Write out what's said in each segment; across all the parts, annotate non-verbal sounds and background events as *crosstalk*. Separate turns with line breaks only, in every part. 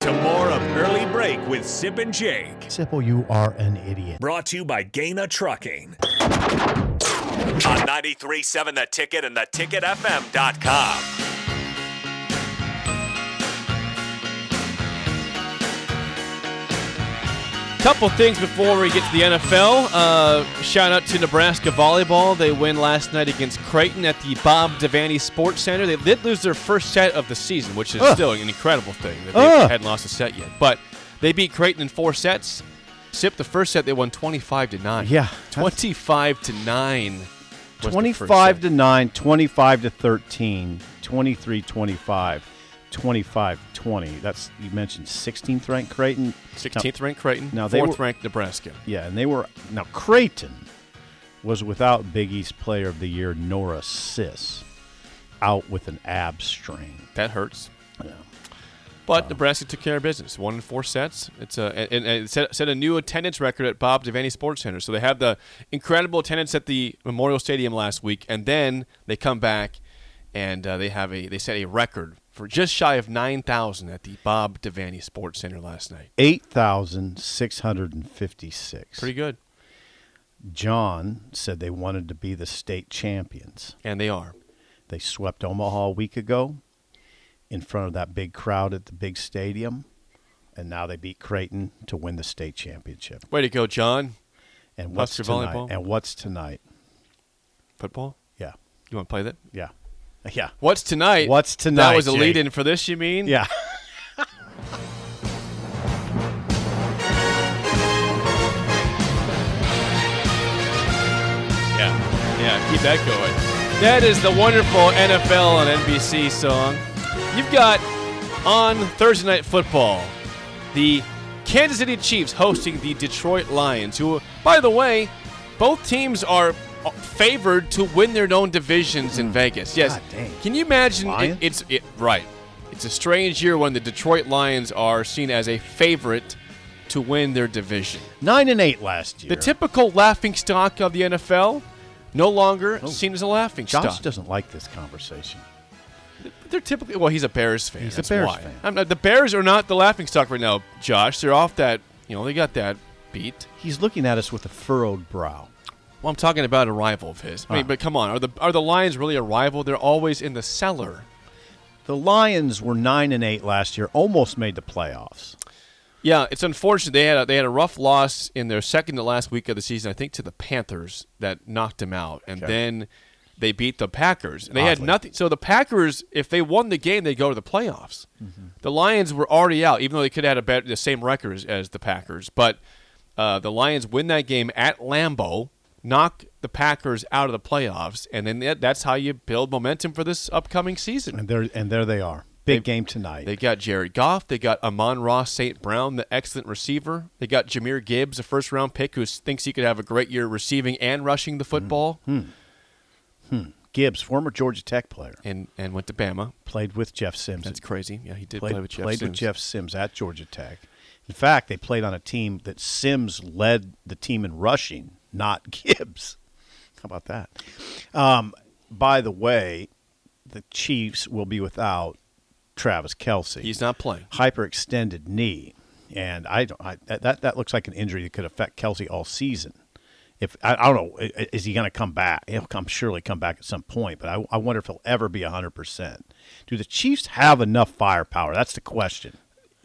to more of Early Break with Sip and Jake.
Sipple, you are an idiot.
Brought to you by Gaina Trucking. On 93.7 The Ticket and theticketfm.com.
Couple things before we get to the NFL. Uh, shout out to Nebraska volleyball. They win last night against Creighton at the Bob Devaney Sports Center. They did lose their first set of the season, which is still an incredible thing that they
Ugh.
hadn't lost a set yet. But they beat Creighton in four sets. Sip the first set they won twenty five to nine.
Yeah, that's-
twenty five to nine. was the first
25
set.
to 9, 25 to 13, 23 25, 25 20. That's, you mentioned 16th ranked Creighton. Now-
16th ranked Creighton,
Now they
fourth
were-
ranked Nebraska.
Yeah, and they were, now Creighton was without Big East Player of the Year, Nora Sis, out with an ab strain.
That hurts.
Yeah.
But Nebraska took care of business. One in four sets. It's a and, and it set, set a new attendance record at Bob Devaney Sports Center. So they have the incredible attendance at the Memorial Stadium last week, and then they come back and uh, they have a they set a record for just shy of nine thousand at the Bob Devaney Sports Center last night.
8,656.
Pretty good,
John said they wanted to be the state champions.
and they are.
They swept Omaha a week ago in front of that big crowd at the big stadium, and now they beat Creighton to win the state championship.
Way to go, John.
And what's
Husker
tonight?
volleyball?
And what's tonight?
Football.
Yeah,
You want to play that?
yeah, *laughs* yeah,
What's tonight?
What's
That
tonight,
was a
Jake?
lead-in for this. You mean?
yeah.
Yeah, yeah, keep that going. That is the wonderful NFL on NBC song. You've got on Thursday Night Football, the Kansas City Chiefs hosting the Detroit Lions, who, by the way, both teams are uh, favored to win their own divisions in Vegas. Yes.
God dang.
Can you imagine?
Lions?
It, it's it, right. It's a strange year when the Detroit Lions are seen as a favorite to win their division.
Nine and eight last year.
The typical laughing stock of the NFL no longer seen as a laughing
Josh
stock.
doesn't like this conversation.
They're typically well, he's a Bears fan.
He's a
that's
Bears
why.
fan.
I'm not, the Bears are not the laughing stock right now, Josh. They're off that. You know, they got that beat.
He's looking at us with a furrowed brow.
Well, I'm talking about a rival of his. I mean,
Ah.
but come on, are the are the Lions really a rival? They're always in the cellar.
The Lions were nine and eight last year, almost made the playoffs.
Yeah, it's unfortunate they had a, they had a rough loss in their second to last week of the season, I think, to the Panthers that knocked them out, and
Okay.
then they beat the Packers. And they had
Oddly.
nothing. So the Packers, if they won the game, they go to the playoffs.
Mm-hmm.
The Lions were already out, even though they could have had a better, the same record as, as the Packers. But uh, the Lions win that game at Lambeau, knock the Packers out of the playoffs, and then that, that's how you build momentum for this upcoming season.
And there, and there they are. Big game tonight.
They got Jared Goff. They got Amon Ross St. Brown, the excellent receiver. They got Jameer Gibbs, a first round pick who thinks he could have a great year receiving and rushing the football
Mm-hmm. Hmm. Gibbs, former Georgia Tech player,
and, and went to Bama.
played with Jeff Sims.
That's
at
crazy. Yeah, he did
played,
play with Jeff
played
Sims.
with Jeff Sims at Georgia Tech. In fact, they played on a team that Sims led the team in rushing, not *laughs* Gibbs. How about that? Um, by the way, the Chiefs will be without Travis Kelsey.
He's not playing.
hyperextended knee, and I don't. I, that- that that looks like an injury that could affect Kelsey all season. If I, I don't know, i- i- is he going to come back? He'll come surely come back at some point, but I, I wonder if he'll ever be hundred percent. Do the Chiefs have enough firepower? That's the question.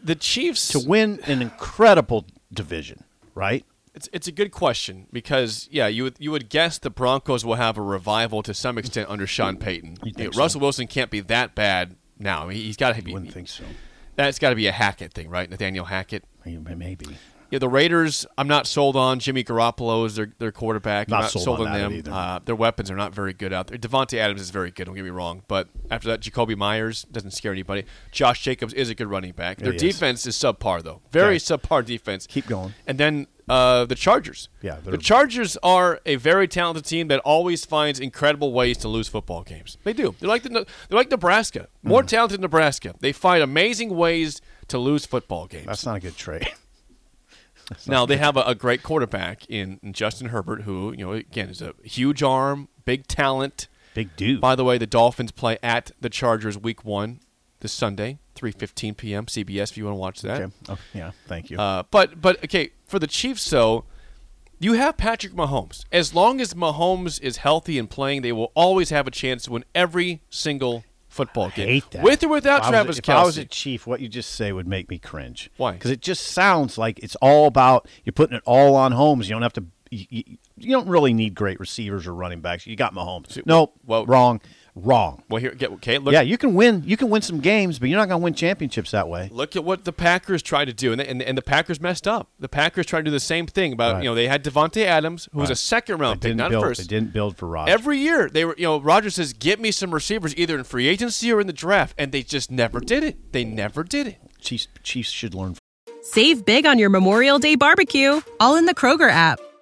the Chiefs
to win an incredible division, right?
It's it's a good question because yeah, you would you would guess the Broncos will have a revival to some extent under Sean Payton.
You think
Yeah,
so?
Russell Wilson can't be that bad now. I mean, he's got to be.
Wouldn't think so.
That's got to be a Hackett thing, right? Nathaniel Hackett.
Maybe.
Yeah, the Raiders. I'm not sold on Jimmy Garoppolo is their their quarterback. I'm
Not
not
sold
sold,
on
on,
that
them.
either.
Uh, their weapons are not very good out there. Devontae Adams is very good. Don't get me wrong, but after that, Jacoby Myers doesn't scare anybody. Josh Jacobs is a good running back. Their
He is.
defense is subpar though. Very
Okay.
subpar defense.
Keep going.
And then uh, the Chargers.
Yeah, they're-
the Chargers are a very talented team that always finds incredible ways to lose football games. They do. They're like the, they're like Nebraska.
Mm-hmm.
More talented than Nebraska. They find amazing ways to lose football games.
That's not a good trade. *laughs*
Now they have a, a great quarterback in, in Justin Herbert, who you know again is a huge arm, big talent.
Big dude.
By the way, the Dolphins play at the Chargers Week One this Sunday, three fifteen p.m. CBS. If you want to watch that.
okay. Oh, yeah. Thank you.
Uh, but but okay, for the Chiefs though, you have Patrick Mahomes. As long as Mahomes is healthy and playing, they will always have a chance to win every single football game,
hate that.
with or without
If I was-
Travis
If
Kelsey.
I was a chief, what you just say would make me cringe.
Why?
Because it just sounds like it's all about you're putting it all on Holmes. You don't have to. You, you, you don't really need great receivers or running backs. You got Mahomes. nope.
well-
wrong. Wrong.
well, here, get, okay, look,
yeah, you can win. You can win some games, but you're not going to win championships that way.
Look at what the Packers tried to do, and, and, and the Packers messed up. The Packers tried to do the same thing about
Right.
you know they had Devonte Adams, who was
Right.
a second round
They
pick,
didn't
not
build. They
first.
didn't build for Rodgers.
Every year they were you know Rogers says get me some receivers either in free agency or in the draft, and they just never did it. They never did it.
Chiefs, Chiefs should learn.
Save big on your Memorial Day barbecue, all in the Kroger app.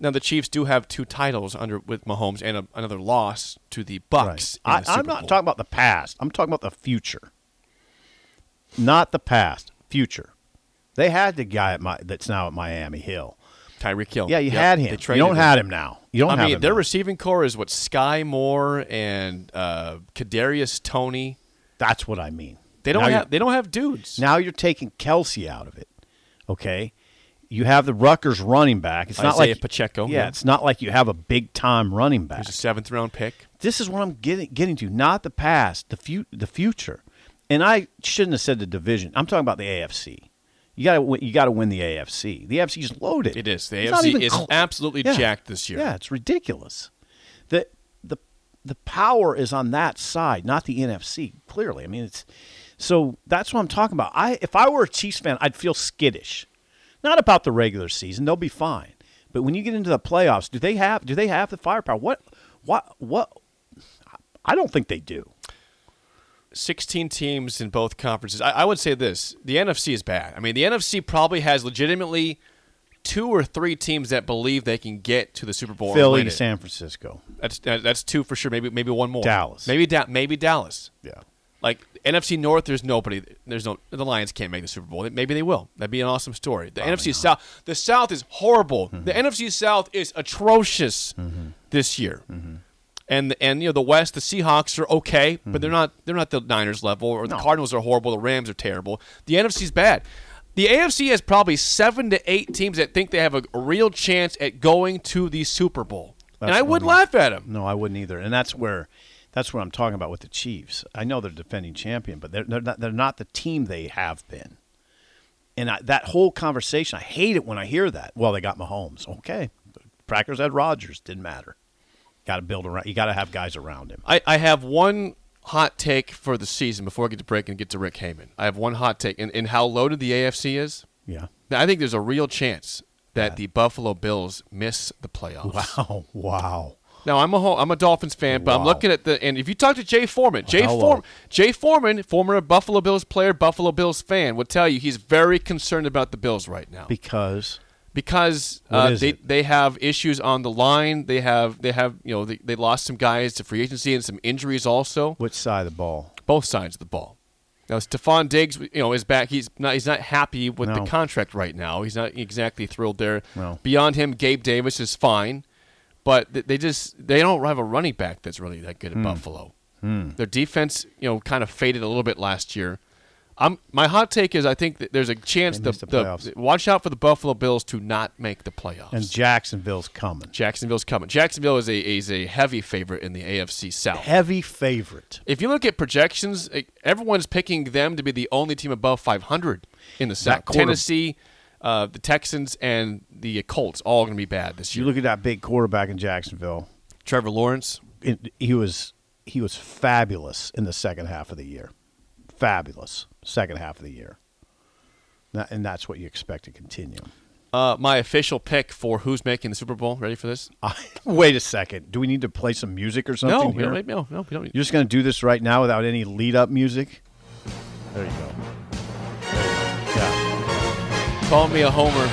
Now the Chiefs do have two titles under with Mahomes and a, another loss to the Bucks. in
I,
the
I'm
Super
not
Bowl.
talking about the past. I'm talking about the future. Not the past, future. They had the guy at my, that's now at Miami Hill.
Tyreek Hill.
Yeah, you
Oh, Yep,
had
they
him. You
traded
don't have him now. You don't
I
have
mean,
him.
their
now.
receiving core is what Sky Moore and uh, Kadarius Tony.
that's what I mean.
They don't
now
have
You're,
they don't have dudes.
now you're taking Kelsey out of it. Okay, you have the Rutgers running back. It's not
Isaiah
like
Pacheco,
Yeah,
yeah.
it's not like you have a big time running back.
There's a seventh round pick.
this is what I'm getting getting to, not the past, the fu- the future. And I shouldn't have said the division. I'm talking about the AFC. You got to you got to win the AFC. The AFC is loaded.
It is. The
It's not
AFC
even
is absolutely jacked this year.
Yeah, it's ridiculous. The the the power is on that side, not the NFC. Clearly, I mean it's so that's what I'm talking about. I if I were a Chiefs fan, I'd feel skittish. Not about the regular season; they'll be fine. But when you get into the playoffs, do they have do they have the firepower? What what what? I don't think they do.
16 teams in both conferences. I, I would say this the NFC is bad. I mean, the NFC probably has legitimately two or three teams that believe they can get to the Super Bowl. and
Philly,
win it.
San Francisco.
That's, that- that's two for sure. Maybe maybe one more.
Dallas.
Maybe, da- maybe Dallas.
Yeah.
Like NFC North, there's nobody. There's no. The Lions can't make the Super Bowl. Maybe they will. That'd be an awesome story. The NFC South. The South is horrible. The NFC South is atrocious this year. And and you know the West, the Seahawks are okay, but they're not. They're not the Niners level, or the Cardinals are horrible. The Rams are terrible. The NFC's bad. The AFC has probably seven to eight teams that think they have a real chance at going to the Super Bowl. and
That's
I would
funny.
laugh at them.
No, I wouldn't either. And that's where that's what I'm talking about with the Chiefs. I know they're defending champion, but they're they're not, they're not the team they have been. And I, that whole conversation, I hate it when I hear that. Well, they got Mahomes. Okay, Packers had Rodgers. Didn't matter. Got to build around. You got to have guys around him.
I, I have one hot take for the season before I get to break and get to Rick Heyman. I have one hot take in, in how loaded the AFC is.
Yeah.
Now, I think there's a real chance that the Buffalo Bills miss the playoffs.
Wow. Wow.
Now I'm a ho- I'm a Dolphins fan, but I'm
Wow.
looking at the and if you talk to Jay Foreman, Jay
Hello.
Foreman, Jay Foreman, former Buffalo Bills player, Buffalo Bills fan, would tell you he's very concerned about the Bills right now
Because
because
What
uh,
is
they
it?
they have issues on the line. They have they have you know they, they lost some guys to free agency and some injuries also
which side of the ball?
both sides of the ball. Now Stephon Diggs, you know, is back. He's not. He's not happy with the
No.
contract right now. He's not exactly thrilled there.
No.
Beyond him, Gabe Davis is fine, but th- they just they don't have a running back that's really that
Hmm.
good at Buffalo. Their defense, you know, kind of faded a little bit last year. I'm, my hot take is I think that there's a chance
They
the,
missed the
the-
playoffs.
watch out for the Buffalo Bills to not make the playoffs.
And Jacksonville's coming.
Jacksonville's coming. Jacksonville is a is a heavy favorite in the AFC South.
Heavy favorite.
If you look at projections, eh, everyone's picking them to be the only team above 500 in the South.
quarter-
Tennessee, uh, the Texans, and the Colts all going to be bad this
You
year.
look at that big quarterback in Jacksonville.
Trevor Lawrence,
It, he was he was fabulous in the second half of the year. Fabulous second half of the year. Tha- And that's what you expect to continue. *laughs*
uh, my official pick for who's making the Super Bowl. Ready for this?
I- wait a second. Do we need to play some music or something
no, we
here?
don't, no, no, we don't.
You're just going to do this right now without any lead up music? There you go. Yeah. *laughs*
call me a homer.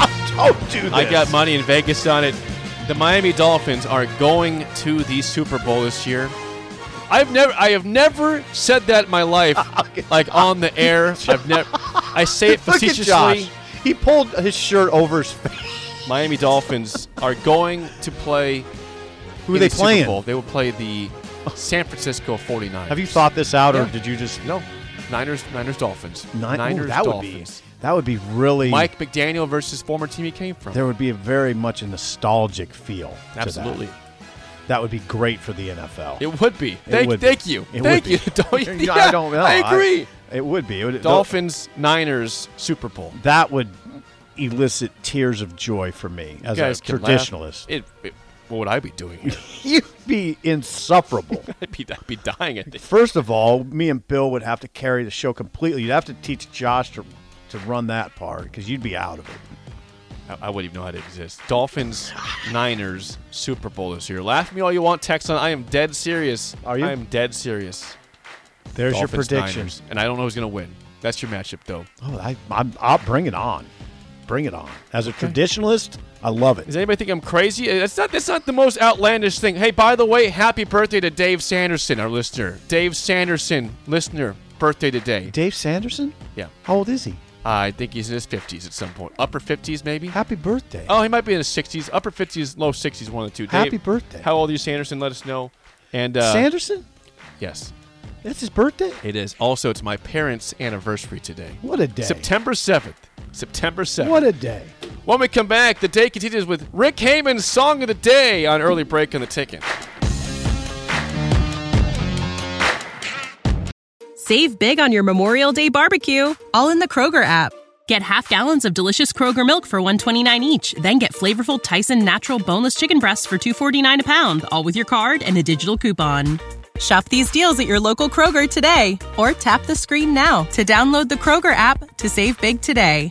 Oh, Don't do this.
I got money in Vegas on it. The Miami Dolphins are going to the Super Bowl this year. I've never, I have never said that in
*laughs*
my life, like on the air. I've never, I say
*laughs*
it
Look at Josh.
facetiously.
He pulled his shirt over his face.
Miami Dolphins are going to play.
Who
in
are they
the
playing? Oh.
Super Bowl. They will play the San Francisco 49ers.
Have you thought this out, or
Yeah.
did you just
No, Niners, Niners, Dolphins.
Ni- ooh,
Niners,
that
Dolphins.
would be that would be really
Mike McDaniel versus former team he came from.
There would be a very much a nostalgic feel. to that.
Absolutely.
that. would be great for the NFL.
It would be. Thank,
would be.
thank you.
It
thank
would
you. *laughs*
be.
Don't-
*laughs* You know,
yeah,
I don't know.
*laughs* I agree.
it would be. It would,
Dolphins, Niners, Super Bowl.
That would elicit tears of joy for me as
You guys
a
can
traditionalist. *laughs*
laugh. It, it- what would I be doing *laughs* here?
You'd be
*laughs*
insufferable.
I'd be, I'd be dying at this.
First of all, me and Bill would have to carry the show completely. You'd have to teach Josh to to run that part because you'd be out of it.
I, I wouldn't even know how to exist. Dolphins, Niners, Super Bowl this year. Laugh at me all you want, Texan. I am dead serious.
Are you?
I am dead serious.
There's your
Dolphins,
predictions.
Niners. and I don't know who's going to win. That's your matchup, though.
Oh, I, I'm, I'll bring it on. Bring it on. As a traditionalist, I love it.
Does anybody think I'm crazy? Eh, That's not. That's not the most outlandish thing. Hey, by the way, happy birthday to Dave Sanderson, our listener. Dave Sanderson, listener, birthday today.
Dave Sanderson?
Yeah,
How old is he?
I think he's in his 50s at some point. Upper 50s, maybe.
Happy birthday.
Oh, he might be in his 60s. Upper 50s, low 60s, one of the two.
Happy
Dave,
birthday.
How old are you, Sanderson? Let us know. And uh,
Sanderson?
yes,
That's his birthday?
it is. Also, it's my parents' anniversary today.
What a day.
September 7th. September 7th.
What a day.
When we come back, the day continues with Rick Heyman's Song of the Day on Early Break on the Ticket.
Save big on your Memorial Day barbecue, all in the Kroger app. Get half gallons of delicious Kroger milk for 129 each, then get flavorful Tyson natural boneless chicken breasts for 249 a pound, all with your card and a digital coupon. Shop these deals at your local Kroger today or tap the screen now to download the Kroger app to save big today.